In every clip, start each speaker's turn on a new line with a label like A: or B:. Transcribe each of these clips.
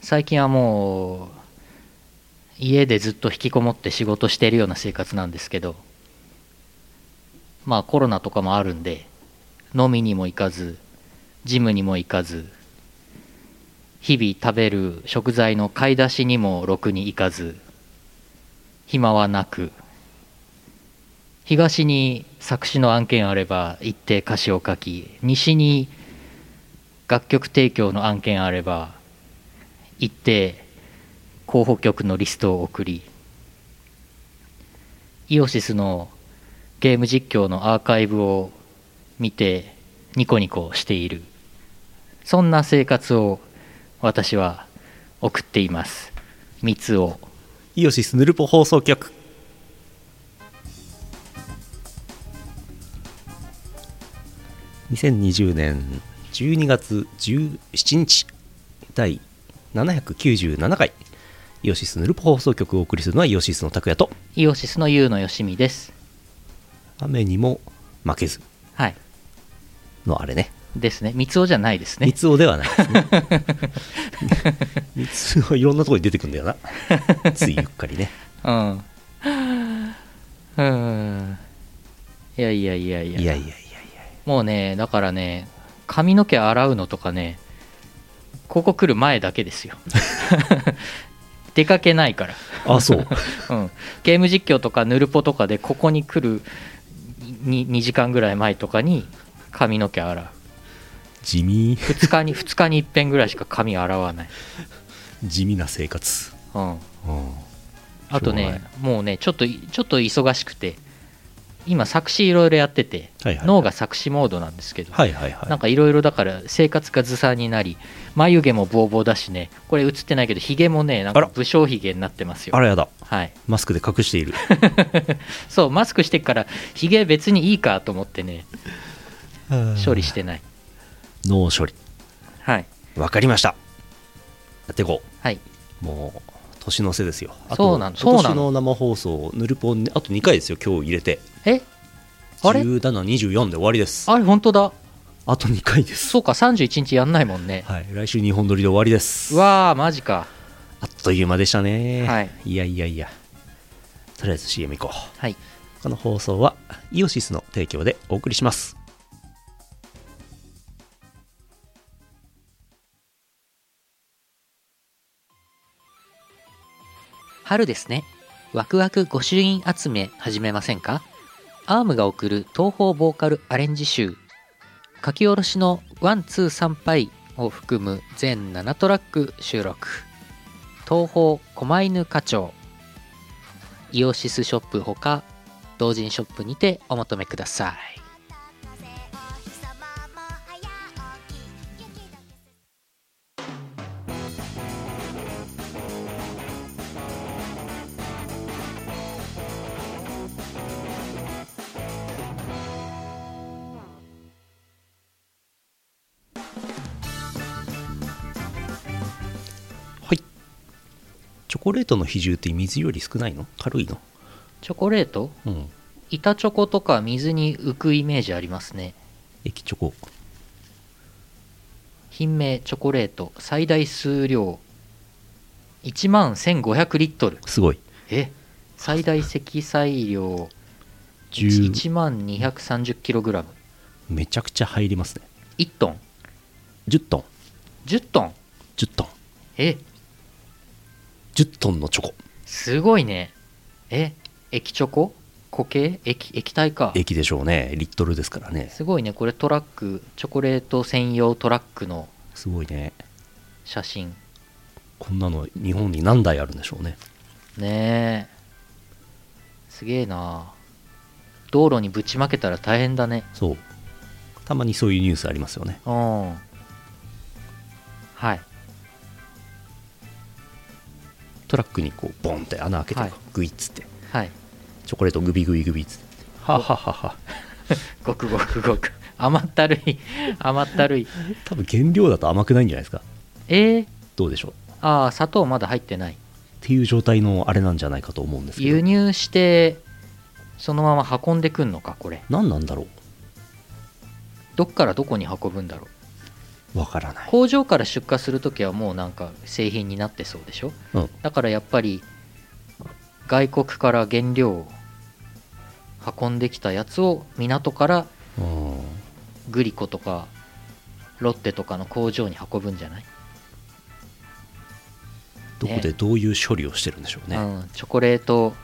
A: 最近はもう家でずっと引きこもって仕事してるような生活なんですけどまあコロナとかもあるんで飲みにも行かずジムにも行かず日々食べる食材の買い出しにもろくに行かず暇はなく東に作詞の案件あれば行って歌詞を書き西に楽曲提供の案件あれば行って候補曲のリストを送りイオシスのゲーム実況のアーカイブを見てニコニコしているそんな生活を私は送っています三つを
B: イオシスヌルポ放送局2020年12月17日第797回イオシスヌルポ放送局をお送りするのはイオシスの拓也と
A: イオシスの優のよしみです
B: 雨にも負けず
A: はい
B: のあれね
A: ですね三つおじゃないですね
B: 三つおではない ですね三つおはいろんなところに出てくるんだよなついゆっかりね
A: うんうーんいやいやいやい
B: い
A: や
B: やいやいやいや
A: もうねだからね髪の毛洗うのとかねここ来る前だけですよ 出かけないから
B: あそう
A: うん、ゲーム実況とかヌルポとかでここに来るに 2, 時間ぐらい前とかに髪の毛洗う
B: 地味
A: 2日に 二日に一遍ぐらいしか髪洗わない、
B: 地味な生活
A: うん、
B: うん
A: あと
B: しょうが
A: ねもうねちょっとちょっと忙しくて今作詞いろいろやってて、
B: はいはい
A: 脳が作詞モードなんですけど、
B: はいはいはい
A: なんかいろいろだから生活がずさんになり眉毛もボーボーだしねこれ映ってないけどひげもねなん
B: あ
A: から武将ひげになってますよ
B: あらやだ
A: はい
B: マスクで隠している
A: そうマスクしてっからひげ別にいいかと思ってね処理してない
B: 脳処理
A: はい
B: わかりましたやっていこ
A: はいう
B: もう年の瀬ですよあ
A: そ
B: と
A: うな
B: 今
A: のそうなの
B: 年の生放送ヌルポンあと2回ですよ今日入れて
A: えあれ
B: 1724で終わりですあ
A: あれ本当だ
B: と2回です
A: そうか31日やんないもんね
B: はい来週2本撮りで終わりです
A: うわーマジか
B: あっという間でしたね、
A: はい、
B: やいやいやとりあえず CM 行こう
A: はい
B: この放送はイオシスの提供でお送りします
A: 春ですねワクワク御朱印集め始めませんかアームが送る東方ボーカルアレンジ集書き下ろしの「ワンツー参拝」を含む全7トラック収録東方狛犬課長イオシスショップほか同人ショップにてお求めください
B: はいチョコレートの比重って水より少ないの軽いの
A: チョコレート
B: うん
A: 板チョコとか水に浮くイメージありますね
B: 液チョコ
A: 品名チョコレート最大数量1万1500リットル
B: すごい
A: え最大積載量
B: 10
A: 1万230キログラム
B: めちゃくちゃ入りますね
A: 1トン
B: 10トン
A: 10トン
B: 10トン
A: え
B: 10トンのチョコ
A: すごいねえ液チョコ固形液液体か
B: 液でしょうねリットルですからね
A: すごいねこれトラックチョコレート専用トラックの
B: すごいね
A: 写真
B: こんなの日本に何台あるんでしょうね
A: ねえすげえな道路にぶちまけたら大変だね
B: そうたまにそういうニュースありますよね
A: うんはい
B: トラックにこうボンって穴開けて、
A: はい
B: グイッつって
A: はい
B: チョコレートグビグビグビっつってはははは
A: ごくごくごく甘ったるい甘ったるい
B: 多分原料だと甘くないんじゃないですか
A: えー、
B: どうでしょう
A: ああ砂糖まだ入ってない
B: っていう状態のあれなんじゃないかと思うんです
A: 輸
B: けど
A: 入してそのまま運んでくんのかこれ
B: 何なんだろう
A: どっからどこに運ぶんだろ
B: わからない
A: 工場から出荷するときはもうなんか製品になってそうでしょ
B: うん
A: だからやっぱり外国から原料を運んできたやつを港から
B: うん
A: グリコとかロッテとかの工場に運ぶんじゃない、
B: どこでどういう処理をしてるんでしょうね
A: うん、チョコレート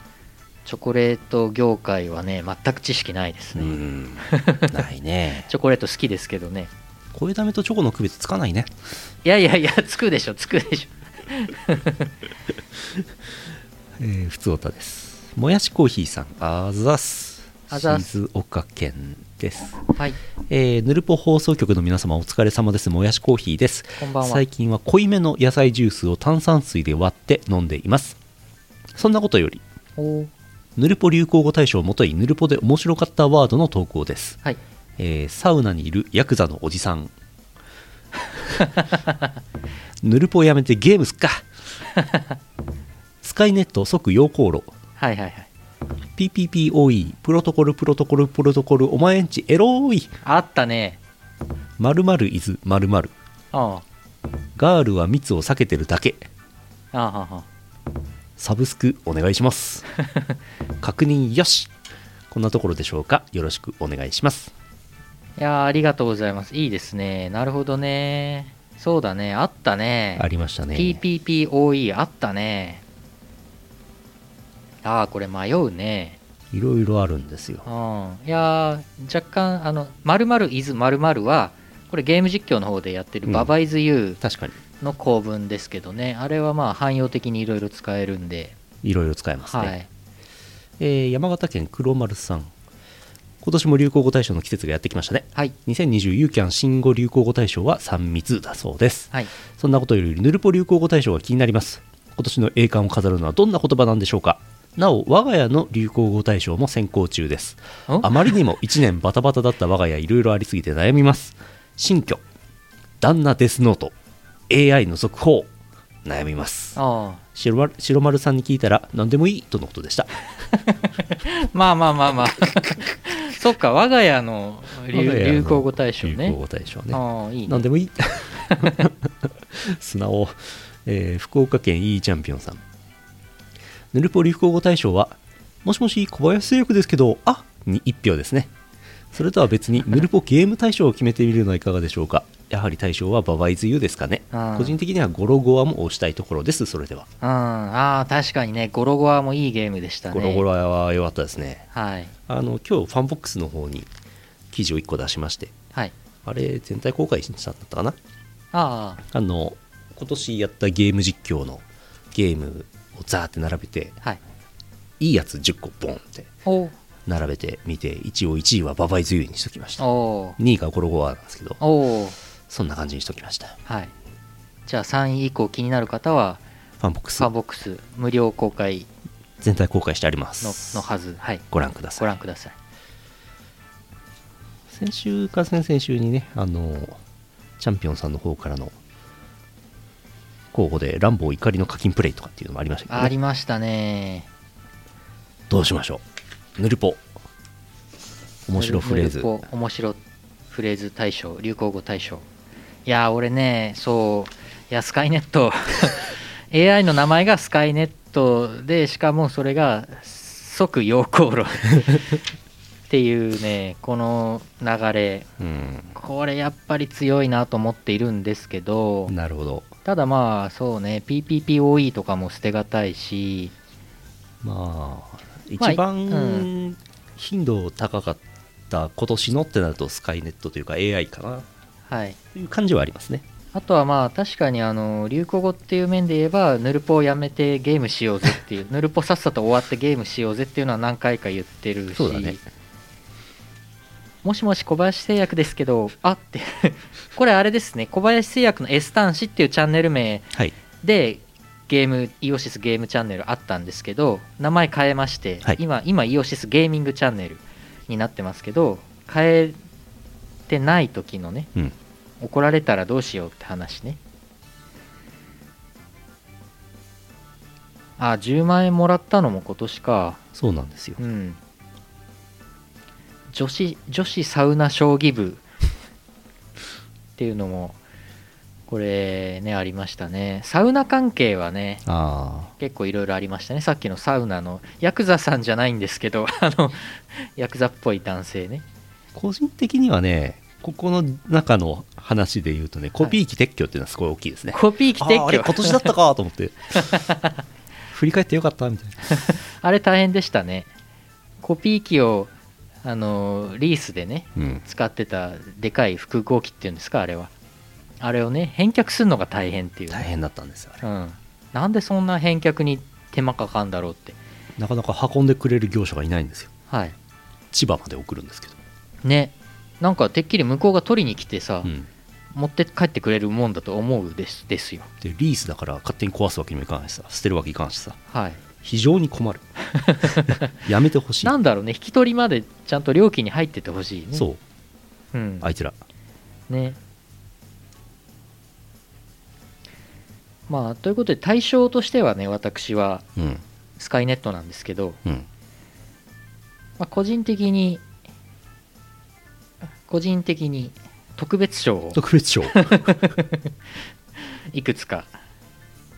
A: チョコレート業界はね全く知識ないです
B: う
A: ね、
B: んないね
A: チョコレート好きですけどね
B: 声だめとチョコの区別つかないね
A: いやいやい やつくでしょつくでしょ
B: えー、ふつおたですもやしコーヒーさんあざっす
A: あざっす
B: 静岡県です
A: はい
B: えー、ヌルポ放送局の皆様お疲れ様ですもやしコーヒーです
A: こんばんは
B: 最近は濃いめの野菜ジュースを炭酸水で割って飲んでいますそんなことより
A: おー
B: ヌルポ流行語大賞をもといヌルポで面白かったワードの投稿です、
A: はい
B: えーサウナにいるヤクザのおじさ んヌルポやめてゲームすっかスカイネット即陽光炉
A: はいはいはい
B: PPPOE プロトコルプロトコルプロトコルお前んちエロい
A: あったね
B: 〇〇イズ〇〇
A: あ
B: ガールは密を避けてるだけ
A: あああああ
B: サブスクお願いします 確認よしこんなところでしょうかよろしくお願いします
A: いやーありがとうございますいいですねなるほどねそうだねあったね
B: ありましたね
A: PPPOE あったねああこれ迷うね
B: いろいろあるんですよ
A: うんいやー若干あの「まるイズまるはこれゲーム実況の方でやってる「
B: うん
A: ババイズユ
B: 確かに
A: ーの構文ですけどね、あれはまあ汎用的にいろいろ使えるんで、
B: いろいろ使えますね、
A: はい、
B: えー山形県黒丸さん今年も流行語大賞の季節がやってきましたね
A: はい
B: 2020ユーキャン新語・流行語大賞は3密だそうです
A: はい
B: そんなことよりヌルポ流行語大賞が気になります今年の栄冠を飾るのはどんな言葉なんでしょうかなお我が家の流行語大賞も選考中です
A: お
B: あまりにも1年バタバタだった我が家いろいろありすぎて悩みます新居旦那デスノート AI の続報悩みます
A: あ
B: 白丸白丸さんに聞いたら何でもいいとのことでした
A: あまあまあまあまあ そっか我が家の流
B: 我が家の
A: 流行語大賞ね
B: 流行語大賞ね
A: ああいいね
B: 何 でもいい素直、えー福岡県いいチャンピオンさんヌルポ流行語大賞はもしもし小林製薬ですけどあに1票ですねそれとは 別にヌルポゲーム大賞を決めてみるのはいかがでしょうかやはり大賞はババイズユーですかね
A: あー
B: 個人的にはゴロゴアも推したいところですそれでは
A: うん、ああ確かにねゴロゴアもいいゲームでしたね
B: ゴロゴアは良かったですね
A: はい
B: あの今日ファンボックスの方に記事を1個出しまして
A: はい
B: あれ全体公開したんだったかな
A: ああ
B: あの今年やったゲーム実況のゲームをザーって並べて
A: はい
B: いいやつ10個ボンって
A: お
B: 並べてみて一応1位はババイズユーにしときました
A: お
B: 2位がゴロゴアなんですけど
A: おお
B: そんな感じにしときました
A: はいじゃあ3位以降気になる方は
B: ファンボックス
A: サボックス無料公開
B: 全体公開してありま
A: の
B: す
A: のはずはい
B: ご覧くだ
A: ご
B: さい
A: 覧ください
B: 先週か先々週にねあのチャンピオンさんの方からの候補で「ランボー怒りの課金プレイ」とかっていうのもありましたけど、
A: あ
B: ね、
A: りましたね
B: どうしましょうヌルポ面白フレー
A: ぬ
B: ズ
A: るぽ面白フレーズ大賞流行語大賞いやー俺ねそういやスカイネット AI の名前がスカイネットでしかもそれが即陽光炉っていうねこの流れ
B: うん
A: これやっぱり強いなと思っているんですけど
B: なるほど
A: ただまあそうね PPPOE とかも捨てがたいし
B: まあ
A: まあ
B: 一
A: う
B: 番頻度高かった今年のってなるとスカイネットというか AI かな
A: はい
B: という感じはありますね
A: あとはまあ確かにあの流行語っていう面で言えばヌルポをやめてゲームしようぜっていう ヌルポさっさと終わってゲームしようぜっていうのは何回か言ってるし
B: そうだね
A: もしもし小林製薬ですけどあってこれあれですね小林製薬の S 端子っていうチャンネル名
B: はい
A: でゲームイオシスゲームチャンネルあったんですけど名前変えまして、
B: はい
A: 今今イオシスゲーミングチャンネルになってますけど変えてない時のね
B: うん
A: 怒られたらどうしようって話ねあ10万円もらったのも今年か
B: そうなんですよ
A: うん女子女子サウナ将棋部っていうのもこれねありましたねサウナ関係はね
B: ああ
A: 結構いろいろありましたねさっきのサウナのヤクザさんじゃないんですけど あのヤクザっぽい男性ね
B: 個人的にはねここの中の話で言うとねコピー機撤去っていうのはすごい大きいですね、
A: コピー機撤
B: あー
A: 去
B: あれ今年だったかと思って 振り返ってよかったみたいな
A: あれ大変でしたねコピー機をあのリースでね
B: うん
A: 使ってたでかい複合機っていうんですかあれはあれをね返却するのが大変っていうね、
B: 大変だったんですよあれ
A: うん、なんでそんな返却に手間かかんだろうって
B: なかなか運んでくれる業者がいないんですよ
A: はい
B: 千葉まで送るんですけど、
A: ねなんかてっきり向こうが取りに来てさ、
B: うん
A: 持って帰ってくれるもんだと思うですですよ
B: でリースだから勝手に壊すわけにもいかないしさ捨てるわけいかないしさ
A: はい
B: 非常 に困るやめてほしい
A: なんだろうね引き取りまでちゃんと料金に入っててほしいね
B: そう
A: う、ん、
B: あいつら
A: ねまあということで対象としてはね私は
B: うん
A: スカイネットなんですけど、
B: うん
A: まあ、個人的に個人的に特別賞を
B: 特別賞
A: いくつか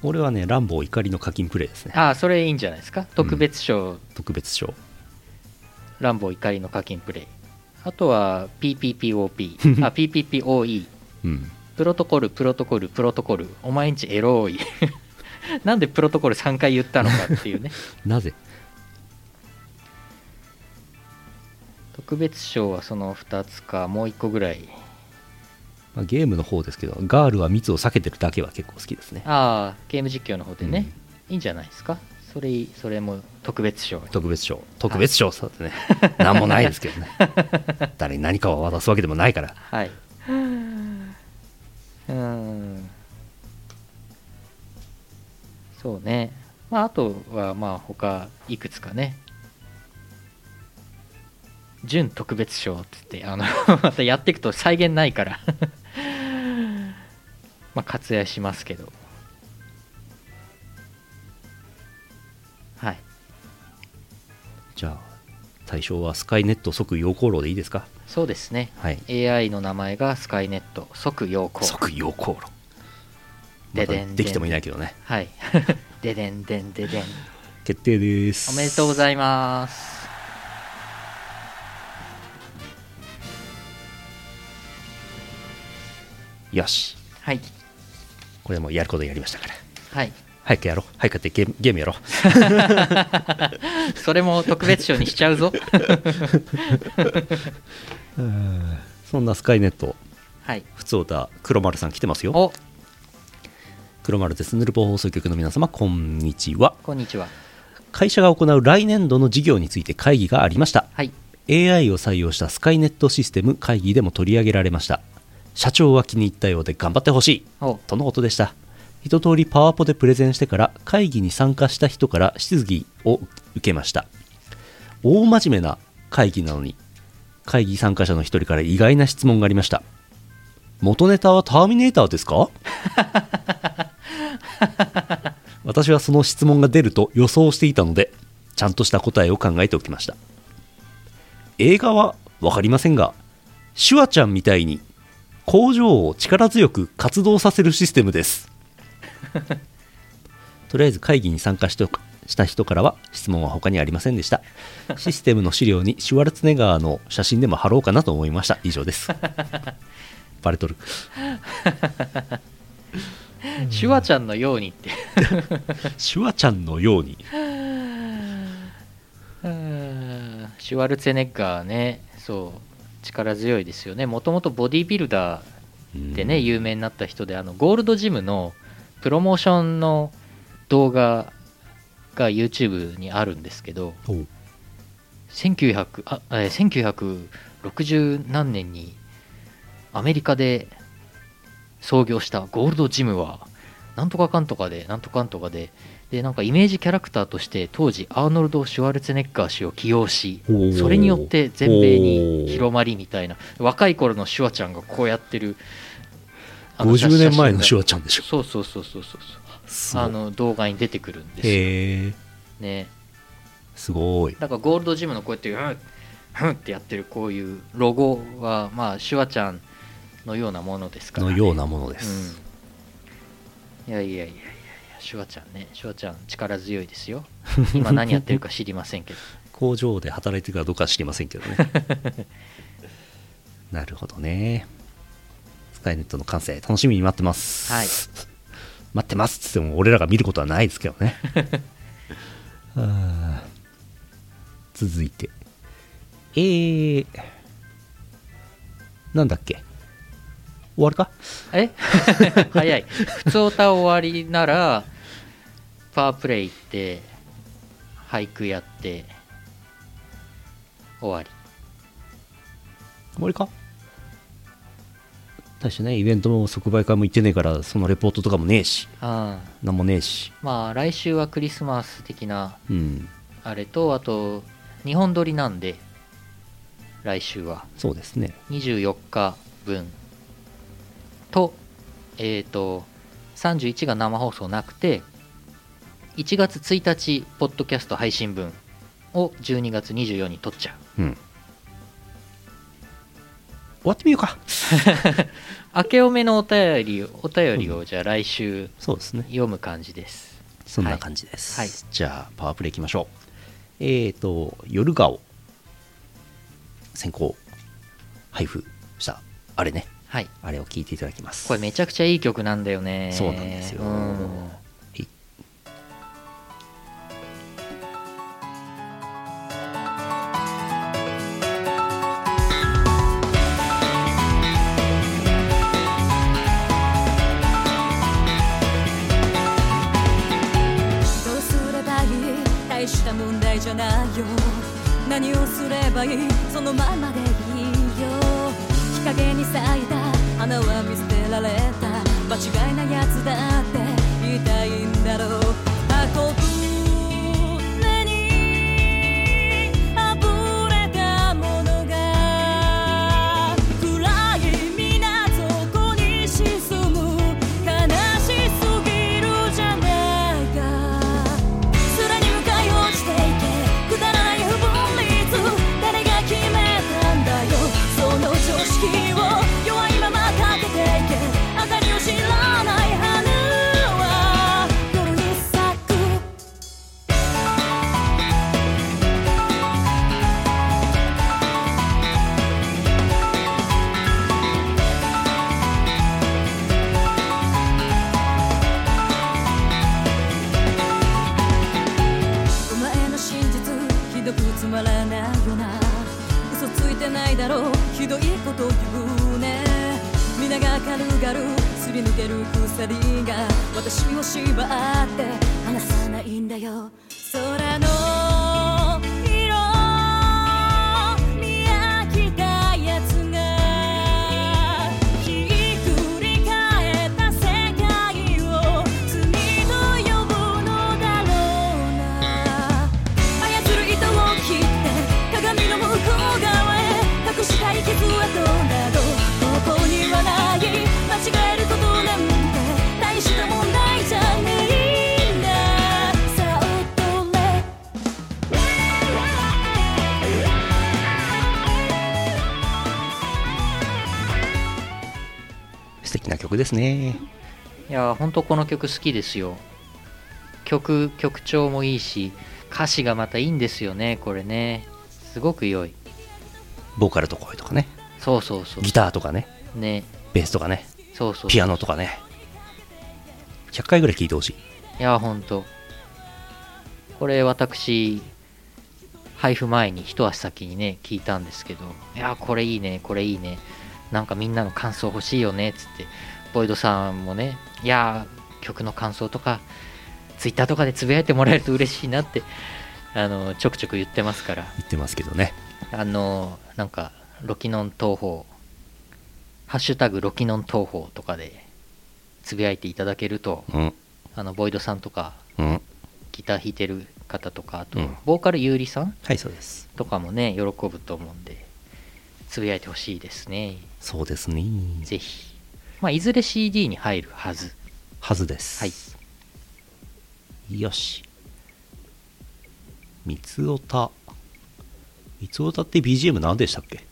B: 俺はね「ランボー怒りの課金プレイ」ですね
A: ああそれいいんじゃないですか特別賞、
B: 特別賞
A: ランボー怒りの課金プレイあとは PPPOP あ PPPOE
B: うん
A: プロトコルプロトコルプロトコルお前んちエロい なんでプロトコル3回言ったのかっていう ね
B: なぜ
A: 特別賞はその2つかもう1個ぐらい
B: まあ、ゲームの方ですけどガールは密を避けてるだけは結構好きですね
A: ああゲーム実況の方でね、いいんじゃないですかそれそれも特別賞に
B: 特別賞特別賞 さってね何もないですけどね誰に何かを渡すわけでもないから
A: はい。うん。そうね。まあ、あとは、まあ、他いくつかね。準特別賞って言って、あの またやっていくと再現ないから まあ、割愛しますけど。はい。
B: じゃあ対象はスカイネット即陽光炉でいいですか
A: そうですね。
B: はい
A: AI の名前がスカイネット、即陽光。
B: 即陽光炉ま
A: でで
B: だ
A: んでん
B: できてもいないけどね
A: はい。 ででんでんででん。
B: 決定です
A: おめでとうございます。
B: よし
A: はい。
B: これはもうやることやりましたから
A: はい。
B: 早くやろう早くやってゲームゲームやろう
A: それも特別賞にしちゃうぞ。
B: そんなスカイネット
A: はい。
B: 普通だ黒丸さん来てますよ
A: お、
B: 黒丸ですヌルポ放送局の皆様こんにちは
A: こんにちは。
B: 会社が行う来年度の事業について会議がありました
A: はい。
B: AI を採用したスカイネットシステム会議でも取り上げられました社長は気に入ったようで頑張ってほしい
A: お、
B: とのことでした一通りパワポでプレゼンしてから会議に参加した人から質疑を受けました大真面目な会議なのに会議参加者の一人から意外な質問がありました元ネタはターミネーターですか 私はその質問が出ると予想していたのでちゃんとした答えを考えておきました映画は分かりませんがシュワちゃんみたいに工場を力強く活動させるシステムです とりあえず会議に参加しておくした人からは質問は他にありません でしたシステムの資料にシュワルツェネガーの写真でも貼ろうかなと思いました以上です バレとる
A: シュワちゃんのようにって。
B: シュワちゃんのように
A: うーんシュワルツェネッガーね、そう、力強いですよね。もともとボディービルダーでね、有名になった人で、あの、ゴールドジムのプロモーションの動画が YouTube にあるんですけど、
B: おう
A: 1900あえー1960何年にアメリカで創業したゴールドジムはなんとかかんとかでなんとかかんとかででなんかイメージキャラクターとして当時アーノルド・シュワルツェネッガー氏を起用し
B: おー
A: それによって全米に広まりみたいな若い頃のシュワちゃんがこうやってるあの
B: 50年前のシ
A: ワ
B: ュワちゃんでしょ
A: そうそうそうそうそうそう
B: すごい
A: あの動画に出てくるんですよ
B: へえ
A: ね
B: すごい
A: なんかゴールドジムのこうやってうんうんってやってるこういうロゴはまあシュワちゃんのようなものですから、
B: のようなものです、
A: うんいやいやいやいやいやシュワちゃんねシュワちゃん力強いですよ今何やってるか知りませんけど
B: 工場で働いてるかどうかは知りませんけどね なるほどねスカイネットの完成楽しみに待ってます、
A: はい
B: 待ってますっつっても俺らが見ることはないですけど ねあー続いてえー、なんだっけ終わるか
A: え早い普通歌終わりならパワープレイ行って俳句やって終わり
B: 終わりか大してねイベントも即売会も行ってねえからそのレポートとかもねえし
A: ああ
B: なんもねえし
A: まあ来週はクリスマス的な
B: うん
A: あれとあと日本撮りなんで来週は
B: そうですね
A: 24日分とえっ、と31が生放送なくて1月1日ポッドキャスト配信分を12月24に撮っちゃう
B: うん。終わってみようか。
A: 明けおめのお便りお便りをじゃあ来週
B: そうですね。
A: 読む感じです、
B: そんな感じです。
A: はい
B: じゃあ、パワープレイいきましょう。えっ、ー、と、夜顔。先行。配布した。あれね。
A: はい
B: あれを聞いていただきます。
A: これめちゃくちゃいい曲なんだよね
B: そうなんですよ
A: うん
B: い
C: どうすればいい大した問題じゃないよ何をすればいいそのままでいいよ日陰に咲いた花は見捨てられた間違いなやつだって言いたいんだろう運ぶ目にあふれたものが暗い港に沈む悲しすぎるじゃないか空に向かい落ちていけくだらない不分率誰が決めたんだよその常識を弱いままかけていけあたりを知らない花は夜に咲くお前の真実ひどくつまらないよな嘘ついてないだろうひどいこと言うね皆が軽々すり抜ける鎖が私を縛って離さないんだよ空の色見飽きたやつがひっくり返った世界を罪と呼ぶのだろうな操る糸を切って鏡の向こう側へ隠したい傷跡などここにはない間違えることなんて大した問題じゃねえんださあ踊れ
B: 素敵な曲ですね。
A: いやー本当この曲好きですよ曲曲調もいいし歌詞がまたいいんですよねこれねすごく良い
B: ボーカルと声とかね。
A: そうそうそ
B: ギターとかね。
A: うね
B: ベースとかね。
A: そうそう
B: ピアノとかね。100回ぐらい聴いてほしい。
A: いや本当これ私配布前に一足先にね聞いたんですけどいやこれいいねこれいいねなんかみんなの感想欲しいよねっつってボイドさんもねいや曲の感想とかツイッターとかでつぶやいてもらえると嬉しいなってあのちょくちょく言ってますから
B: 言ってますけどね。
A: あのなんかロキノン東宝ハッシュタグロキノン東宝とかでつぶやいていただけると
B: うん。
A: あのボイドさんとか
B: うん。
A: ギター弾いてる方とかあと、
B: うん
A: ボーカルゆうりさん
B: はい、そうです。
A: とかもね喜ぶと思うんでつぶやいてほしいですね
B: そうですね。
A: ぜひ、まあ、いずれ CD に入るはず
B: はずです。
A: はい
B: よし。三つおた。三つおたって BGM 何でしたっけ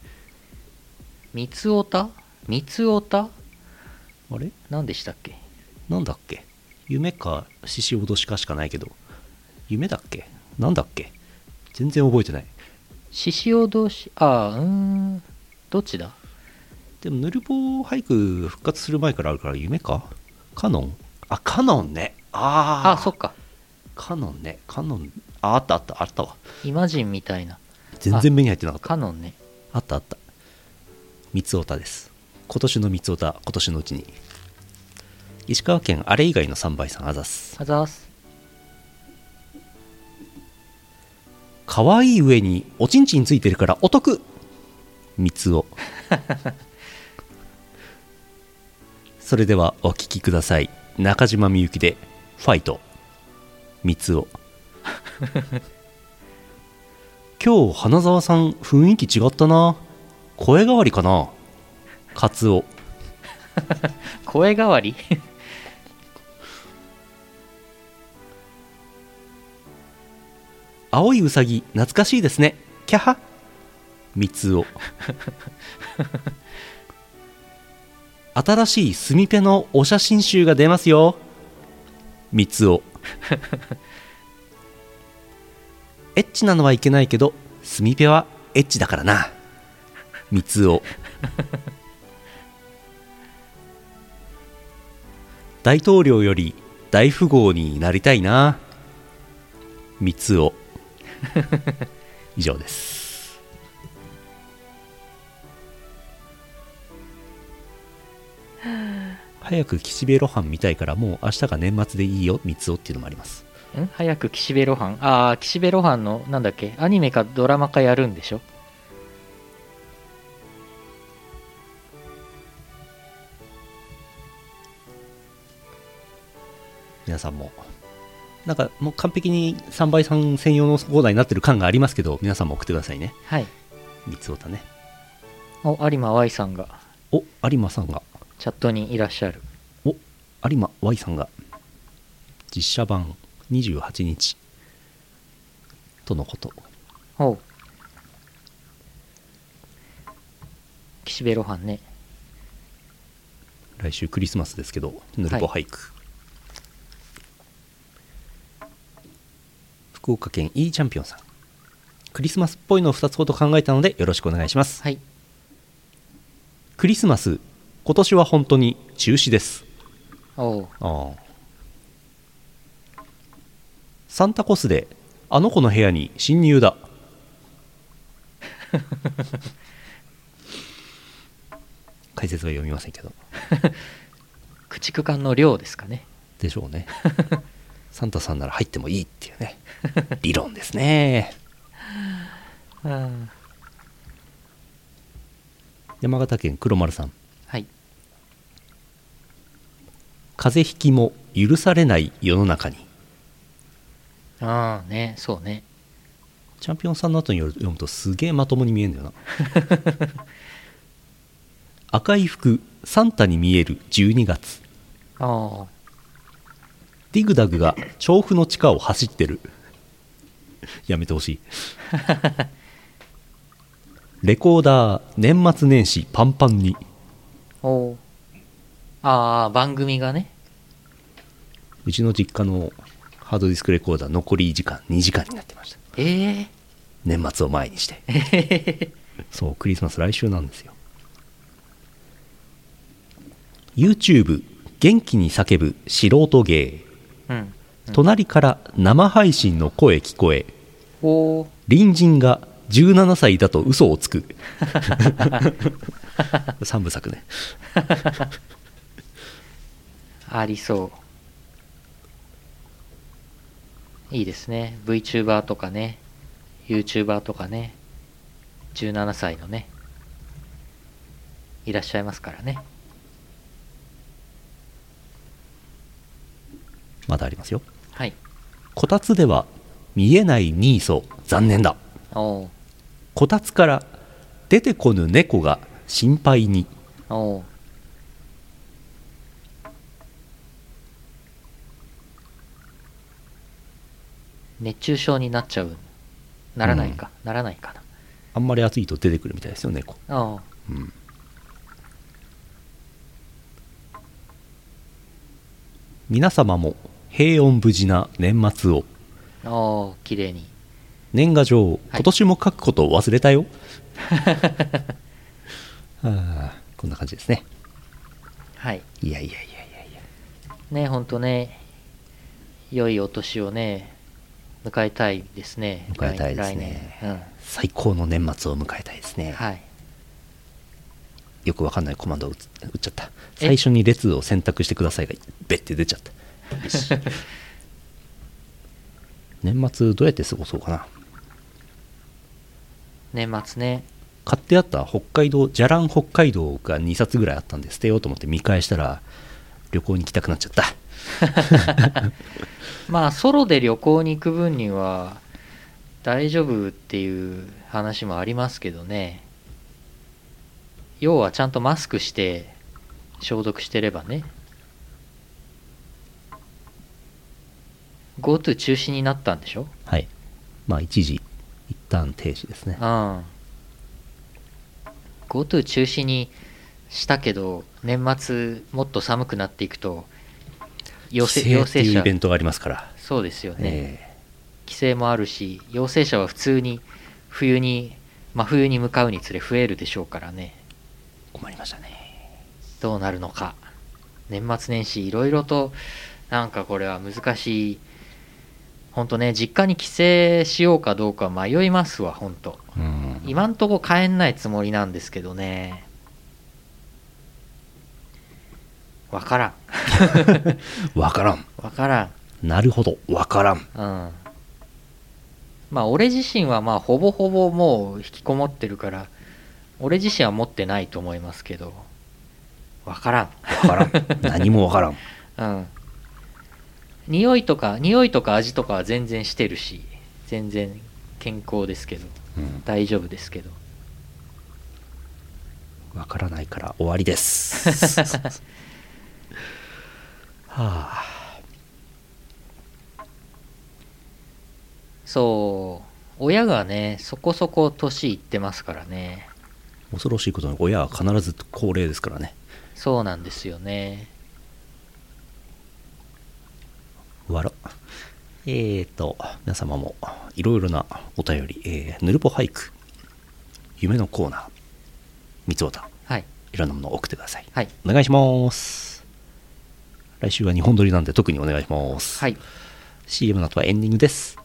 A: 三つおた三つおた
B: あれ
A: 何でしたっけ
B: なんだっけ夢か獅子おどしかしかないけど夢だっけなんだっけ全然覚えてない
A: 獅子王同士ああうーんどっちだ
B: でもヌルポ俳句復活する前からあるから夢かカノンあカノンねあ
A: あ
B: あ
A: あそっか
B: カノンねカノンああったあったあったわ
A: イマジンみたいな
B: 全然目に入ってなかった
A: カノンね
B: あったあった三つおたです今年の三つおた今年のうちに石川県あれ以外の3倍さんあざっす
A: あざーす
B: かわいい上におちんちんついてるからお得三つおそれではお聞きください中島みゆきでファイト三つお今日花澤さん雰囲気違ったな声変わりかなカツオ
A: 声変わ り
B: 青いうさぎ懐かしいですねキャハ三つお新しいスミペのお写真集が出ますよ三つおエッチなのはいけないけどスミペはエッチだからな三つお大統領より大富豪になりたいな三つお以上です早く岸辺露伴見たいからもう明日が年末でいいよ三つおっていうのもあります
A: ん早く岸辺露伴ああ岸辺露伴のなんだっけアニメかドラマかやるんでしょ
B: 皆さんもなんかもう完璧に3倍さん専用のコーナーになってる感がありますけど皆さんも送ってくださいね
A: はい
B: 三つおたね
A: お有馬 Y さんが
B: お有馬さんが
A: チャットにいらっしゃる
B: お有馬 Y さんが実写版28日とのこと
A: おう岸辺露伴ね
B: 来週クリスマスですけどぬるぽ俳句、福岡県 E チャンピオンさんクリスマスっぽいのを2つほど考えたのでよろしくお願いします、
A: はい
B: クリスマス今年は本当に中止です
A: おう
B: ああサンタコスであの子の部屋に侵 入だ解説は読みませんけど
A: 駆逐艦の量ですかね
B: でしょうね サンタさんなら入ってもいいっていうね理論ですね
A: うん
B: 山形県黒丸さん
A: はい
B: 風邪ひきも許されない世の中に
A: ああねそうね
B: チャンピオンさんの後による読むとすげえまともに見えるんだ よな赤い服サンタに見える12月
A: ああ
B: ディグダグが調布の地下を走ってるやめてほ しいレコーダー年末年始パンパンに
A: おうああ番組がね
B: うちの実家のハードディスクレコーダー残り時間2時間になってました
A: ええ
B: 年末を前にしてそうクリスマス来週なんですよ YouTube 元気に叫ぶ素人芸
A: うん
B: 隣から生配信の声聞こえ
A: おお
B: 隣人が17歳だと嘘をつ く3部作ね
A: ありそういいですね VTuber とかね YouTuber とかね17歳のねいらっしゃいますからね
B: まだありますよ
A: はい
B: こたつでは見えないニーソ残念だ
A: おう
B: こたつから出てこぬ猫が心配に
A: おう熱中症になっちゃうならないか、ならないか
B: あんまり暑いと出てくるみたいですよ猫
A: なおう
B: 「皆様も平穏無事な年末を
A: おー綺麗に
B: 年賀状今年も書くことを忘れたよ、 はあこんな感じですね
A: はい
B: いやいやいやいやいや
A: ねほんとね良いお年をね迎えたいですね
B: 迎えたいですね
A: 来来年
B: 最高の年末を迎えたいです
A: う
B: ね、
A: んはい
B: よくわかんないコマンドを打つ打っちゃった
A: え
B: 最初に列を選択してくださいがベッて出ちゃった よし年末どうやって過ごそうかな
A: 年末ね
B: 買ってあった北海道じゃらん北海道が2冊ぐらいあったんで捨てようと思って見返したら旅行に行きたくなっちゃった
A: まあソロで旅行に行く分には大丈夫っていう話もありますけどね要はちゃんとマスクして消毒してればね GoTo 中止になったんでしょ
B: はいまあ一時一旦停止ですね
A: うん GoTo 中止にしたけど年末もっと寒くなっていくと陽性陽
B: 帰省って
A: 性
B: いうイ
A: 者
B: ベントがありますから、
A: そうですよね、
B: え
A: 規制もあるし陽性者は普通に冬に真冬に向かうにつれ増えるでしょうからね
B: ー困りましたね
A: どうなるのか年末年始いろいろとなんかこれは難しい本当ね実家に帰省しようかどうか迷いますわ本当
B: うん
A: 今んとこ帰んないつもりなんですけどねわからん
B: わからん
A: わからん
B: なるほどわからん
A: うんまあ俺自身はまあほぼほぼもう引きこもってるから俺自身は持ってないと思いますけどわから
B: わか らん何もわからん
A: んうん匂いとか匂いとか味とかは全然してるし全然健康ですけど
B: うん
A: 大丈夫ですけど
B: わからないから終わりです はあ
A: そう親がねそこそこ年いってますからね
B: 恐ろしいことに親は必ず高齢ですからね
A: そうなんですよね
B: わらえーと皆様もいろいろなお便り、えー、ぬるぽ俳句夢のコーナー三つおた
A: はい
B: いろんなものを送ってください
A: はい
B: お願いします来週は日本撮りなんで特にお願いします、
A: はい
B: CM の後はエンディングです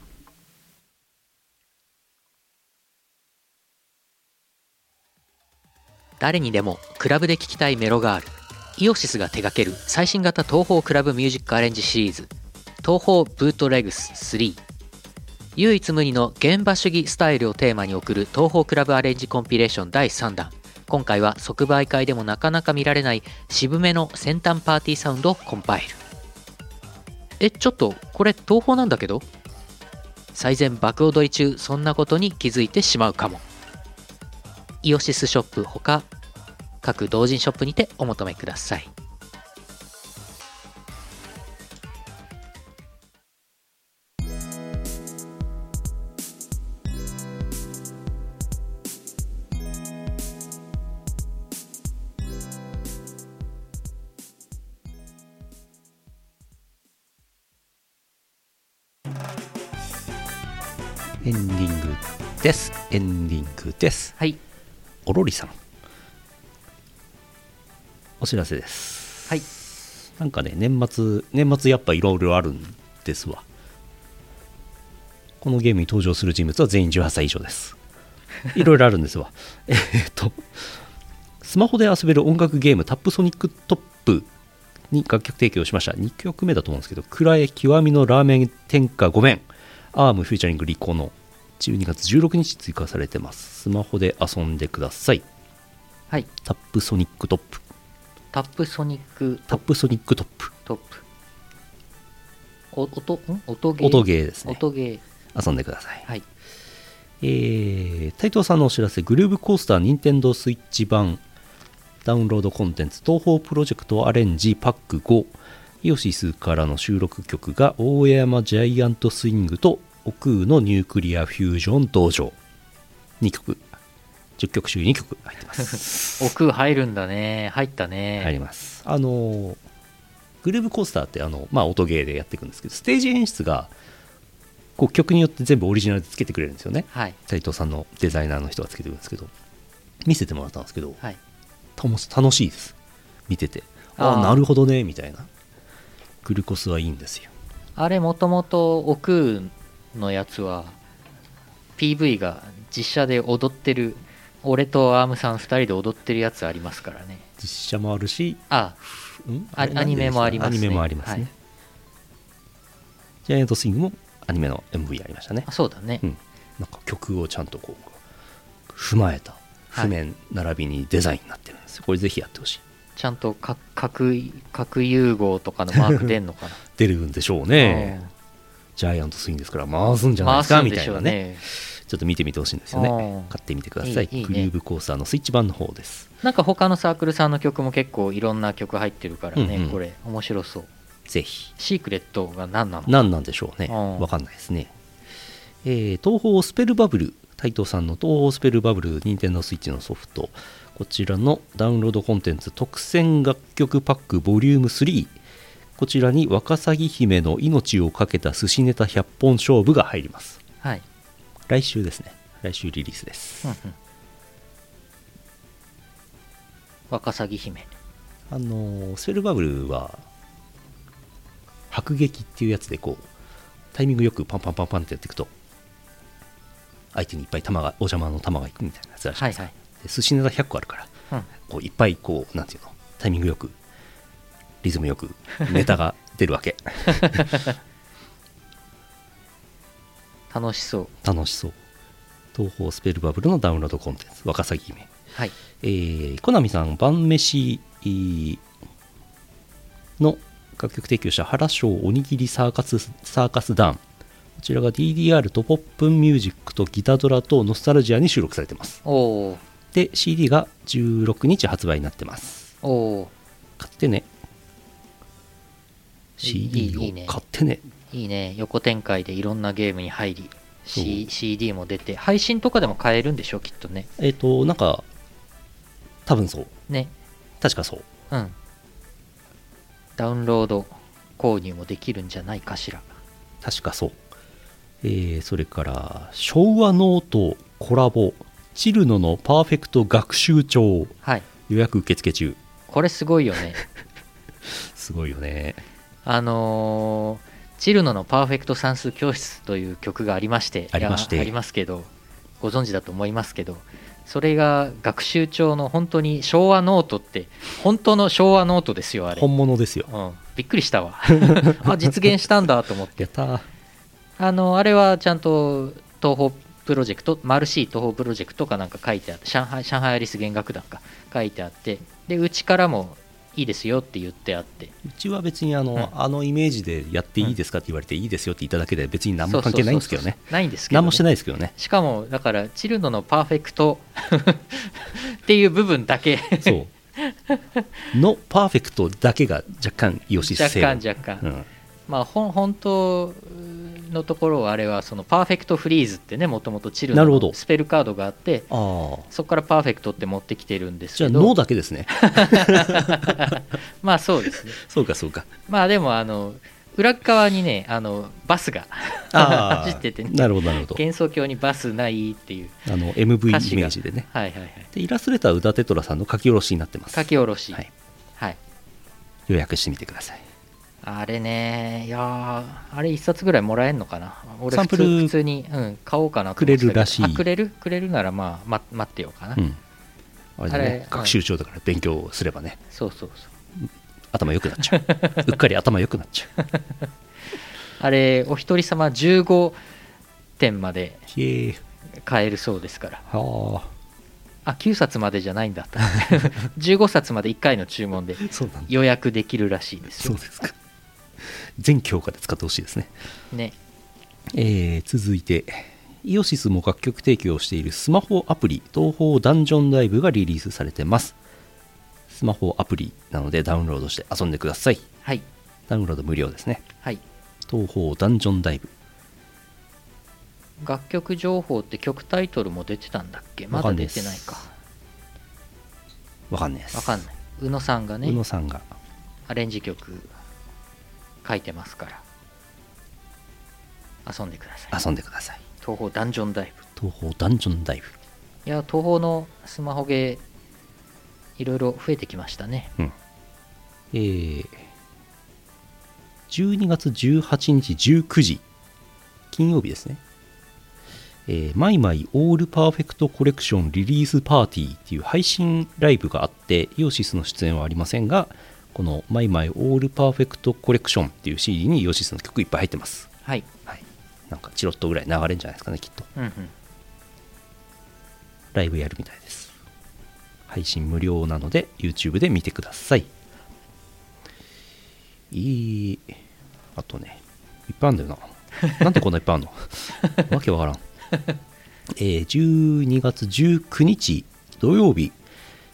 A: 誰にでもクラブで聴きたいメロがあるイオシスが手掛ける最新型東宝クラブミュージックアレンジシリーズ東宝ブートレグス3唯一無二の現場主義スタイルをテーマに送る東宝クラブアレンジコンピレーション第3弾今回は即売会でもなかなか見られない渋めの先端パーティーサウンドをコンパイルえちょっとこれ東宝なんだけど最前爆踊り中そんなことに気づいてしまうかもイオシスショップほか各同人ショップにてお求めください
B: エンディングですエンディングです
A: はい
B: おろりさんお知らせです
A: はい
B: なんかね年末年末やっぱいろいろあるんですわこのゲームに登場する人物は全員18歳以上ですいろいろあるんですわ えーっとスマホで遊べる音楽ゲームタップソニックトップに楽曲提供しました2曲目だと思うんですけど「暗え極みのラーメン天下ごめん」アームフューチャリングリコの12月16日追加されてますスマホで遊んでください
A: はい
B: タップソニックトップ
A: タップソニック
B: タップソニックトップ
A: トップお音ん音ゲー
B: 音ゲーですね
A: 音ゲー
B: 遊んでください
A: はい
B: えー、斉藤さんのお知らせ、グルーブコースター、任天堂スイッチ版、ダウンロードコンテンツ、東宝プロジェクトアレンジパック5、イオシスからの収録曲が、大山ジャイアントスイングと、奥空のニュークリアフュージョン道場。2曲、10曲中2曲入ってます。
A: 奥入るんだね入ったね
B: 入ります。あのー、グルーブコースターってあの、まあ、音ゲーでやっていくんですけどステージ演出がこう曲によって全部オリジナルでつけてくれるんですよね
A: はい
B: 斉藤さんのデザイナーの人がつけてくるんですけど見せてもらったんですけど、
A: はい
B: たも楽しいです見ててあ
A: あ
B: あ
A: ー
B: なるほどねみたいなグルコスはいいんですよ
A: あれもともと奥のやつは PV が実写で踊ってる俺とアームさん2人で踊ってるやつありますからね
B: 実写もあるし、
A: あ
B: うん
A: あ
B: あれなん
A: アニメもありますね
B: アニメもありますね、
A: はい
B: ジャイアントスイングもアニメの MV ありましたね
A: あそうだね、
B: うん、なんか曲をちゃんとこう踏まえた
A: はい
B: 譜面並びにデザインになってるんですよ、これぜひやってほしい
A: ちゃんとか核核融合とかのマーク出んのかな、
B: 出るんでしょうね、ジャイアントスイングですから回すんじ
A: う
B: ゃ
A: ん
B: ない
A: 回
B: ですか
A: すん
B: み
A: で
B: た
A: し
B: い
A: ょ
B: な
A: う
B: ね
A: ね
B: ちょっと見てみてほしいんですよね
A: うん
B: 買ってみてください
A: いいいいね
B: グルーブコースターのスイッチ版の方です
A: なんか他のサークルさんの曲も結構いろんな曲入ってるからね、
B: うんうん
A: これ面白そう
B: ぜひ
A: シークレットが何なの
B: 何なんでしょうね
A: うん
B: わかんないですね、えー東宝スペルバブル台東さんの東宝スペルバブル任天堂スイッチのソフトこちらのダウンロードコンテンツ特選楽曲パックボリューム3こちらにワカサギ姫の命をかけた寿司ネタ100本勝負が入ります
A: はい、
B: 来週ですね来週リリースです、
A: うんうん、ワカサギ姫
B: あのースペルバブルは迫撃っていうやつでこうタイミングよくパンパンパンパンってやっていくと相手にいっぱい弾がお邪魔の弾がいくみたいなやつらしい
A: は
B: で
A: い
B: す、
A: はい、
B: で寿司ネタ100個あるから
A: うん、
B: こういっぱいこうなんていうのタイミングよくリズムよくネタが出るわけ
A: 楽しそう
B: 楽しそう東宝スペルバブルのダウンロードコンテンツワカサギ姫
A: はい
B: えー、コナミさん晩飯えーの楽曲提供者原翔おにぎりサーカスサーカス団こちらが DDR とポップンミュージックとギタドラとノスタルジアに収録されてます
A: おお
B: で CD が16日発売になってます
A: おお
B: 買ってね
A: いい
B: CD
A: いいね
B: を買ってね
A: いいね横展開でいろんなゲームに入り、C
B: そう
A: CD も出て配信とかでも買えるんでしょきっとね
B: えっ、となんか多分そう
A: ね
B: 確かそう
A: うんダウンロード購入もできるんじゃないかしら
B: 確かそう、えーそれから昭和ノートコラボチルノのパーフェクト学習帳
A: はい
B: 予約受付中
A: これすごいよ ね
B: すごいよね
A: あのーチルノの「パーフェクト算数教室」という曲がありまして
B: ありまして
A: いやありますけどご存知だと思いますけどそれが学習帳の本当に昭和ノートって本当の昭和ノートですよあれ
B: 本物ですよ
A: うん、びっくりした わあ実現したんだと思って
B: やったー
A: あのあれはちゃんと東方プロジェクトマルシー東方プロジェクトかなんか書いてあって上海上海アリス弦楽団か書いてあってでうちからもいいですよって言ってあって
B: うちは別にあの,、
A: ん
B: あのイメージでやっていいですかって言われていいですよって言っただけで別に何も関係ないんですけどね
A: そうそうそうそうないんですけどね、
B: 何もしてないですけどね
A: しかもだからチルノのパーフェクト っていう部分だけ
B: そうのパーフェクトだけが若干イオシ ス
A: 若
B: 成
A: 干
B: 分
A: 若干、
B: うん、
A: まあほん本当のところはあれはそのパーフェクトフリーズってねもともとチルノ
B: なるほど
A: のスペルカードがあって
B: ああ
A: そこからパーフェクトって持ってきてるんです
B: じゃ
A: け
B: あ
A: ど
B: 脳だけですね
A: まあそうですね
B: そうかそうか
A: まあでもあの裏側にねあのバスが
B: ああ
A: 走っててね
B: なるほどなるほど
A: 幻想郷にバスないっていう
B: あの MV イメ
A: 歌詞が
B: ージでね
A: はいはいはい
B: でイラストレーター宇田テトラさんの書き下ろしになってます
A: 書き下ろし
B: はい、
A: はい
B: 予約してみてください
A: あれねいやーあれ1冊ぐらいもらえるのかな俺
B: サン
A: 普
B: プル
A: 通普通に、うん、買おうかなと思ってたけど
B: くれるらしい
A: あくれるくれるならまあ、ま、待ってようかな、
B: うんあれだ
A: あれう
B: ね
A: ん
B: 学習帳だから勉強すればね
A: そうそうそう
B: 頭良くなっ ちゃううっかり頭良くなっちゃう
A: あれお一人様15点まで
B: へえ
A: 買えるそうですから
B: はあ
A: あ9冊までじゃないんだ った15冊まで1回の注文で
B: そうなんだ
A: 予約できるらしいです
B: そう
A: よ
B: ですか全教科で使ってほしいですね、
A: ね
B: えー続いてイオシスも楽曲提供をしているスマホアプリ東宝ダンジョンライブがリリースされてますスマホアプリなのでダウンロードして遊んでください
A: はい
B: ダウンロード無料ですね
A: はい
B: 東宝ダンジョンダイブ
A: 楽曲情報って曲タイトルも出てたんだっけま
B: わか
A: だ
B: んない
A: 出
B: っす
A: てないか
B: わかんないです
A: わかんない宇野さんが
B: 宇野
A: ね
B: さんが
A: アレンジ曲書いてますから遊んでください
B: 遊んでください
A: 東方ダンジョンダイブ
B: 東宝ダンジョンダイ
A: いや東方のスマホゲーいろいろ増えてきましたね
B: ブうんえー、12月18日19時金曜日ですねえーマイマイオールパーフェクトコレクションリリースパーティーっていう配信ライブがあってイオシスの出演はありませんがこのマイマイオールパーフェクトコレクションっていう CD にイオシスの曲いっぱい入ってます
A: はい
B: はいなんかチロッとぐらい流れるんじゃないですかねきっと
A: うんうん
B: ライブやるみたいです配信無料なので YouTube で見てくださいいいあとねいっぱいあるんだよななんでこんないっぱいあるのわけわからん、えー12月19日土曜日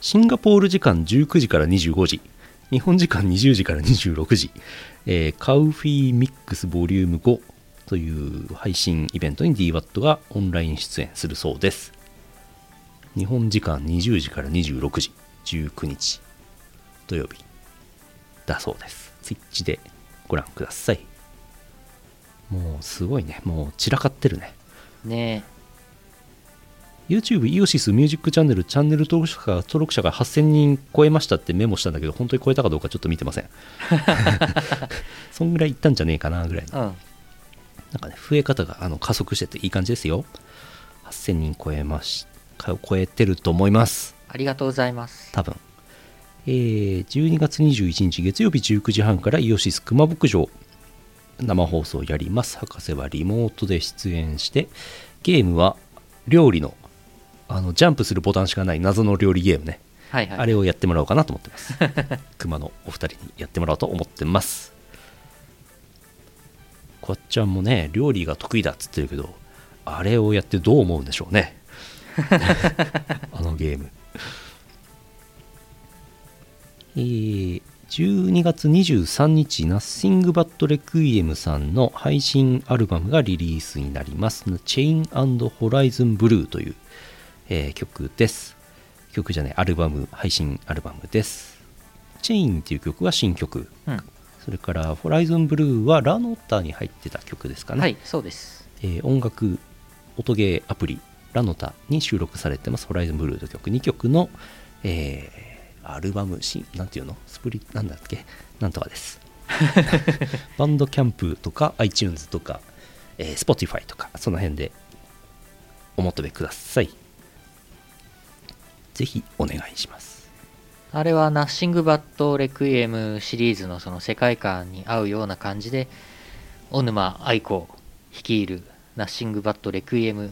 B: シンガポール時間19時から25時日本時間20時から26時、えーカウフィーミックスボリューム5という配信イベントに DWAT がオンライン出演するそうです日本時間20時から26時19日土曜日だそうですツイッチでご覧くださいもうすごいねもう散らかってるね
A: ね
B: YouTube イオシスミュージックチャンネルチャンネル登録者が登録者が8000人超えましたってメモしたんだけど本当に超えたかどうかちょっと見てません そんぐらいいったんじゃねえかなぐらいの
A: えうん
B: なんかね、増え方があの加速してていい感じですよ。8000人超えまし、か超えてると思います。
A: ありがとうございます
B: 多分。えー、12月21日月曜日19時半からイオシス熊牧場生放送やります。博士はリモートで出演して、ゲームは料理の、あの、ジャンプするボタンしかない謎の料理ゲームね。
A: はいはい
B: あれをやってもらおうかなと思ってます。 熊のお二人にやってもらおうと思ってます。こっちゃんもね、料理が得意だっつってるけど、あれをやってどう思うんでしょう ね。 あのゲーム。えー12月23日、Nothing But Requiem さんの配信アルバムがリリースになります。Chain and Horizon Blue という、えー曲です。曲じゃない、アルバム、配信アルバムです。Chain っていう曲は新曲。
A: うん
B: それから、Horizon Blue はラノッタに入ってた曲ですかね。
A: はいそうです
B: えー音楽音ゲーアプリラノタに収録されてます「ホライズンブルーと曲2曲の、えーアルバムしなんていうのスプリなんだっけなんとかです バンドキャンプとか iTunes とか、えー Spotify とかその辺でお求めくださいぜひお願いします
A: あれはナッシングバットレクイエムシリーズのその世界観に合うような感じで小沼愛子率いるナッシングバットレクイエム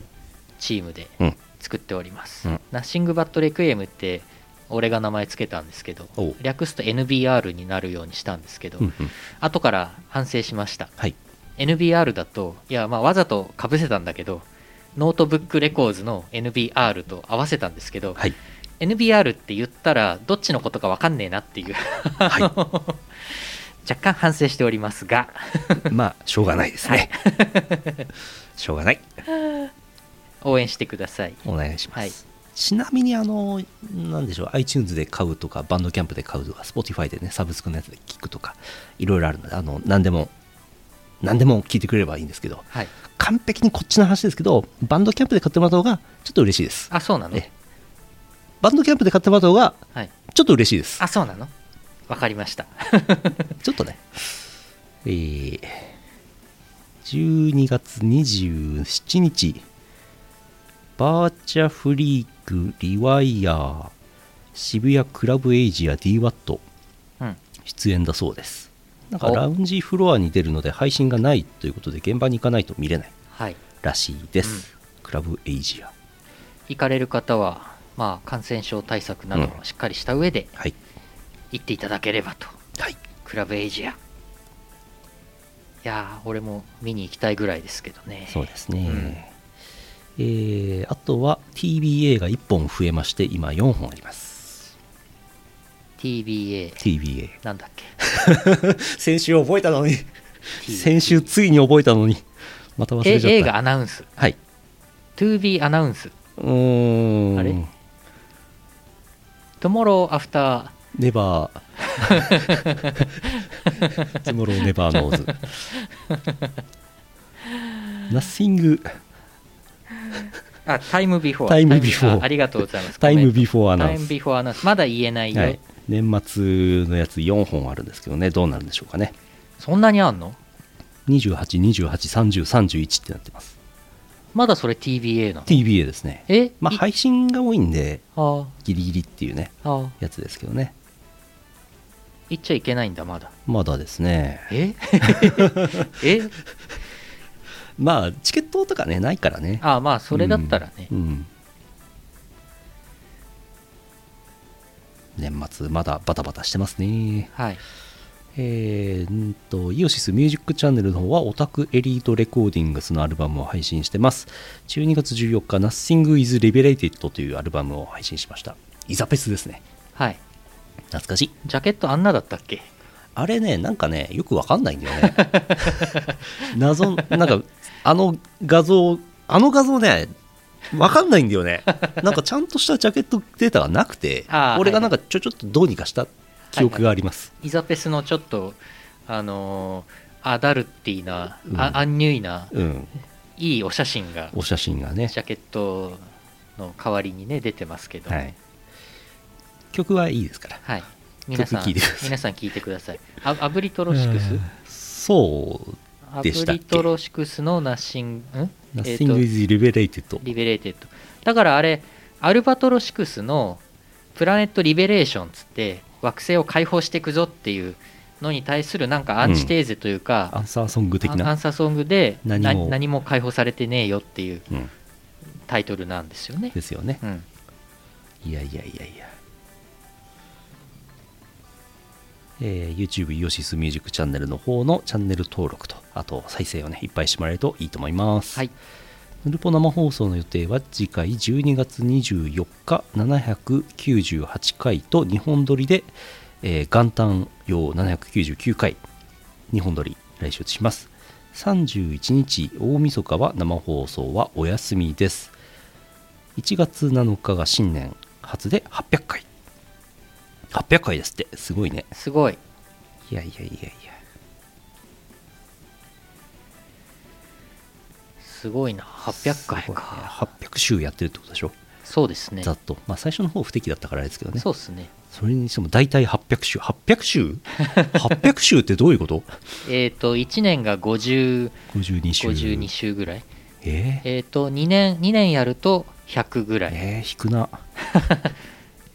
A: チームで
B: うん
A: 作っております、
B: うん
A: ナッシングバットレクイエムって俺が名前つけたんですけど
B: おう
A: 略すと NBR になるようにしたんですけど、
B: うんうん
A: 後から反省しました
B: はい
A: NBR だといやまあわざとかぶせたんだけどノートブックレコーズの NBR と合わせたんですけど、
B: はい
A: NBR って言ったらどっちのことかわかんねえなっていう、
B: はい
A: 若干反省しておりますが
B: まあしょうがないですね しょうがない
A: 応援してください
B: お願いします、
A: はい
B: ちなみにあのなんでしょう iTunes で買うとかバンドキャンプで買うとか Spotify でねサブスクのやつで聞くとかいろいろあるのであの何でも何でも聞いてくれればいいんですけど
A: はい
B: 完璧にこっちの話ですけどバンドキャンプで買ってもらった方がちょっと嬉しいです
A: あそうなの
B: ええバンドキャンプで買ってもらった方が
A: はい
B: ちょっと嬉しいです
A: あそうなのわかりました
B: ちょっとねえー12月27日バーチャフリークリワイヤー渋谷クラブエイジア DWAT
A: うん
B: 出演だそうですなんか
A: お
B: ラウンジフロアに出るので配信がないということで現場に行かないと見れない
A: はい
B: らしいです、クラブエイジア
A: 行かれる方はまあ感染症対策などをしっかりした上で
B: はい
A: 行っていただければと、
B: はい
A: クラブエイジアいやー俺も見に行きたいぐらいですけどね
B: そうですね、
A: うん
B: えーあとは TBA が1本増えまして今4本あります
A: TBA
B: TBA
A: なんだっけ
B: 先週覚えたのに
A: TBA
B: 先週ついに覚えたのにまた忘
A: え
B: れちゃった
A: 映画アナウンス
B: はい
A: To be アナウンス
B: うーん
A: あれ Tomorrow after
B: Never トゥモローネバーノーズ。ナッシング、
A: あ、タイムビフォー。
B: タイムビフォー
A: あありがとうございます。
B: タイム
A: フ
B: ビフォー
A: ォ
B: アナ
A: タイ
B: ウン
A: ム
B: ス。
A: ビフォーアナウンス。まだ言えないよ。
B: はい、年末のやつ4本あるんですけどね、どうなるんでしょうかね。
A: そんなにあんの
B: 28、28、30、31ってなってます。
A: まだそれ TBA なの
B: TBA ですね。
A: え
B: まあ、
A: い
B: 配信が多いんで、
A: あ
B: ギリギリっていうね、
A: あ、ああ、
B: やつですけどね。
A: 言っちゃいけないんだ、まだ。
B: まだですね。
A: え え
B: まあ、チケットとかね、ないからね。
A: ああ、まあ、それだったらね。
B: うんうん年末まだバタバタしてますね
A: はい。
B: えーんとイオシスミュージックチャンネルの方はオタクエリートレコーディングスのアルバムを配信してます12月14日 Nothing is Liberated というアルバムを配信しましたイザペスですね
A: はい。
B: 懐かしい
A: ジャケットあんなだったっけ
B: あれねなんかねよくわかんないんだよね 謎なんかあの画像あの画像ねわかんないんだよねなんかちゃんとしたジャケットデータがなくて
A: あー
B: 俺がなんかちょちょっとどうにかした記憶があります、
A: イザペスのちょっと、あのーアダルティーな、
B: うん
A: あアンニュイな、
B: うん
A: いいお写真が、
B: お写真がね
A: ジャケットの代わりにね、出てますけど。
B: はい曲はいいですから
A: はい。皆さん、
B: 曲聞いてください
A: 皆さん聞いてください。あ炙りトロシクス
B: そう でした
A: 炙
B: っ
A: り
B: け
A: トロシクスのナッシング、ん
B: 「
A: え
B: Nothing
A: ーと
B: is Liberated
A: リベレーテッド。だからあれ、アルバトロシクスのプラネットリベレーションつって、惑星を解放していくぞっていうのに対するなんかアンチテーゼという」
B: ア
A: か、
B: ンサーソング的
A: アンア
B: な
A: ンサーソングで
B: 何
A: な
B: も
A: 何も解放されてねえよっていう
B: うん
A: タイトルなんですよね。
B: ですよね
A: うん、
B: いやいやいやいや。えー YouTube イオシスミュージックチャンネルの方のチャンネル登録と、あと再生をね、いっぱいしてもらえるといいと思います。
A: はい。
B: ヌルポ生放送の予定は次回12月24日798回と2本撮りで、えー元旦用799回2本撮り来週します31日大晦日は生放送はお休みです1月7日が新年初で800回800回ですってすごいね
A: すごい。
B: いやいやいやいや
A: すごいな。800回
B: すごいね
A: か。
B: 800週やってるってことでしょ
A: そうですね
B: ざ。っとまあ最初の方不適だったからあれですけどね
A: そうですね。
B: それにしても大体800週800週 800週ってどういうこと
A: えっ、と、1年が50、
B: 52週
A: 52週ぐらい。
B: えー、
A: えっ、と、2年、2年やると100ぐらい。
B: えー、引くな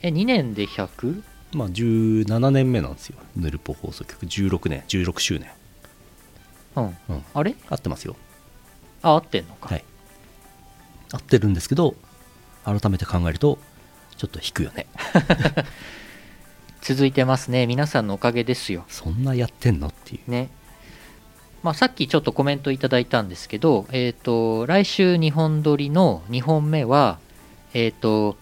A: え、2年で 100?
B: まあ17年目なんですよヌルポ放送局16年16周年
A: うん。
B: うん
A: あれ
B: 合ってますよ
A: あ、合ってんのか。
B: はい合ってるんですけど改めて考えるとちょっと引くよね
A: 続いてますね。皆さんのおかげですよ。
B: そんなやってんのっていう
A: ね。まあ、さっきちょっとコメントいただいたんですけど、えっ、と、来週2本撮りの2本目は、えっ、と、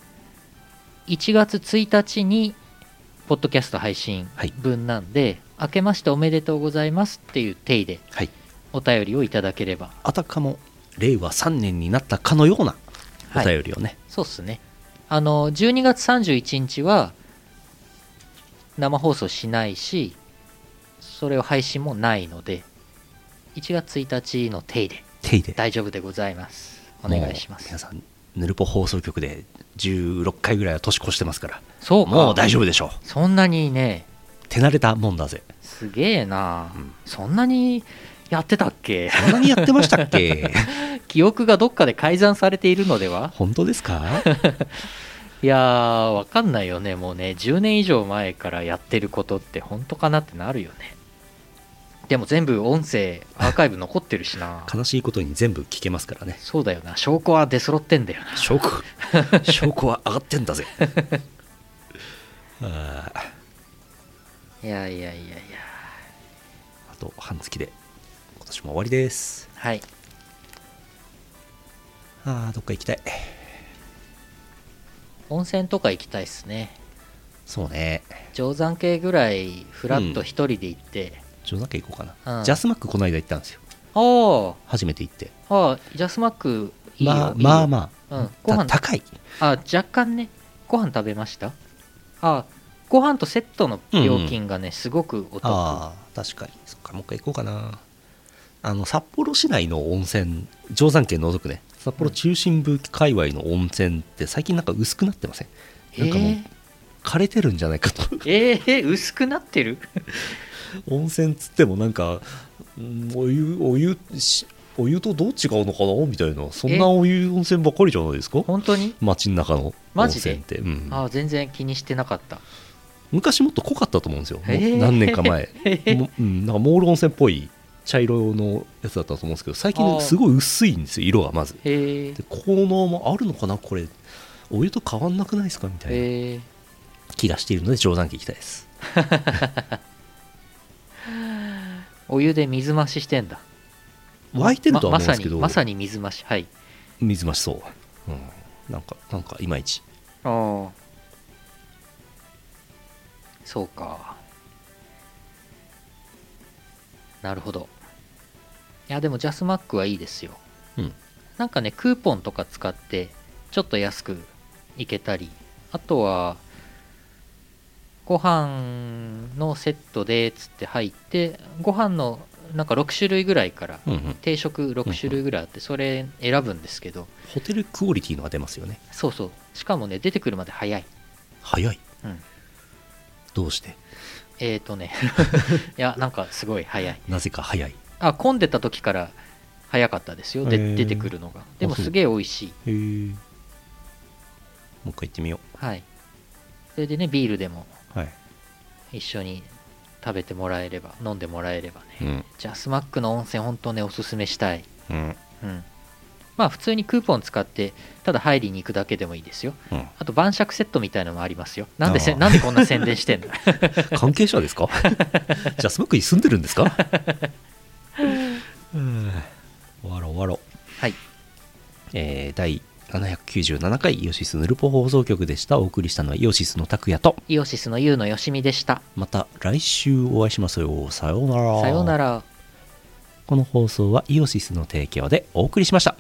A: 1月1日に、ポッドキャスト配信
B: はい
A: 分なんで、明けましておめでとうございますっていう体で
B: はい
A: お便りをいただければ。
B: あたかも令和3年になったかのようなお便りをね、
A: そうっすね。あの、12月31日は、生放送しないし、それを配信もないので、1月1日の手入れ、
B: 手入れ
A: 大丈夫でございます。お願いしま
B: もう
A: す
B: 皆。さんヌルポ放送局で16回ぐらいは年越してますから
A: そうか。
B: もう大丈夫でしょう
A: そんなにね、
B: 手慣れたもんだぜ
A: すげえな、
B: うん
A: そんなにやってたっけ
B: そんなにやってましたっけ
A: 記憶がどっかで改ざんされているのでは
B: 本当ですか。
A: いやー、わかんないよね。もうね、10年以上前からやってることって本当かなってなるよね。でも全部音声、アーカイブ残ってるしな
B: 悲しいことに全部聞けますからね
A: そうだよな。証拠は出揃ってんだよな。
B: 証拠 証拠は上がってんだぜあー
A: いやいやいやいや。
B: あと半月で今年も終わりです
A: はい。
B: あーどっか行きたい
A: 温泉とか行きたいっすね。
B: そうね
A: 定山系ぐらい、フラッと一人で行って。
B: ちょっとなんか行こうかな、
A: うん
B: ジャスマックこの間行ったんですよ
A: あ
B: 初めて行って
A: あ、ああ、ジャスマックいいよ。
B: まあまあ
A: あ。
B: まあ、
A: うんご飯
B: た高い
A: あ、若干ね、ご飯食べましたあ、ご飯とセットの料金がね、すごくお得あ
B: ああ確かにそっかもう一回行こうかなあの札幌市内の温泉定山県除くね札幌中心部界隈の温泉って最近なんか薄くなってませんなんかもう
A: え
B: 枯れてるんじゃないかと
A: ー、えー薄くなってる
B: 温泉つってもなんかうんお湯お湯しお湯とどう違うのかなみたいなそん
A: え
B: なお湯温泉ばっかりじゃないですか
A: 本当に
B: 街の中の温
A: マジで
B: 泉って、うん
A: ああ全然気にしてなかった
B: 昔もっと濃かったと思うんですよ、もう
A: へー
B: 何年 か前
A: へー
B: もうん、なんかモール温泉っぽい茶色のやつだったと思うんですけど最
A: あー
B: 近すごい薄いんですよ色がまず
A: へえ
B: で効能もあるのかなこれお湯と変わんなくないですかみたいな
A: へえ
B: 気がしているので定山家行きたいです
A: お湯で水増ししてんだ
B: 湧いてるとは
A: ま
B: 思うんですけど、
A: まさにまさに水増しはい
B: 水増しそう、うん、なんかなんかいまいち
A: ああそうかなるほどいやでもジャスマックはいいですよ、
B: うん
A: なんかねクーポンとか使ってちょっと安くいけたりあとはご飯のセットでつって入ってご飯のなんか6種類ぐらいから
B: うんうん
A: 定食6種類ぐらいあってそれ選ぶんですけど
B: ホテルクオリティのが出ますよね
A: そうそうしかもね出てくるまで早い
B: 早い、
A: うん
B: どうして
A: えーとね、 い や、なんかすごい早い。
B: なぜか早い
A: あ、混んでた時から早かったですよ、で
B: へー
A: 出てくるのが。でも
B: あそう
A: すげえ美味しい。
B: へえもう一回行ってみよ
A: はい。それでね、ビールでも
B: うはい、
A: 一緒に食べてもらえれば、飲んでもらえればね。
B: うん
A: じゃあ、スマックの温泉、本当ね、おすすめしたい。
B: うん
A: うん。まあ、普通にクーポン使って、ただ入りに行くだけでもいいですよ。
B: うん、
A: あと、晩酌セットみたいなのもありますよ。なんでせ
B: あー
A: なんでこんな宣伝してんの
B: 関係者 ですかジャスマックに住んでるんですか うんわろわろ
A: はい。
B: えー第797回イオシスヌルポ放送局でしたお送りしたのはイオシスの拓也と
A: イオシスのユウのよしみでした。
B: また来週お会いしましょうさようなら
A: さようなら。
B: この放送はイオシスの提供でお送りしました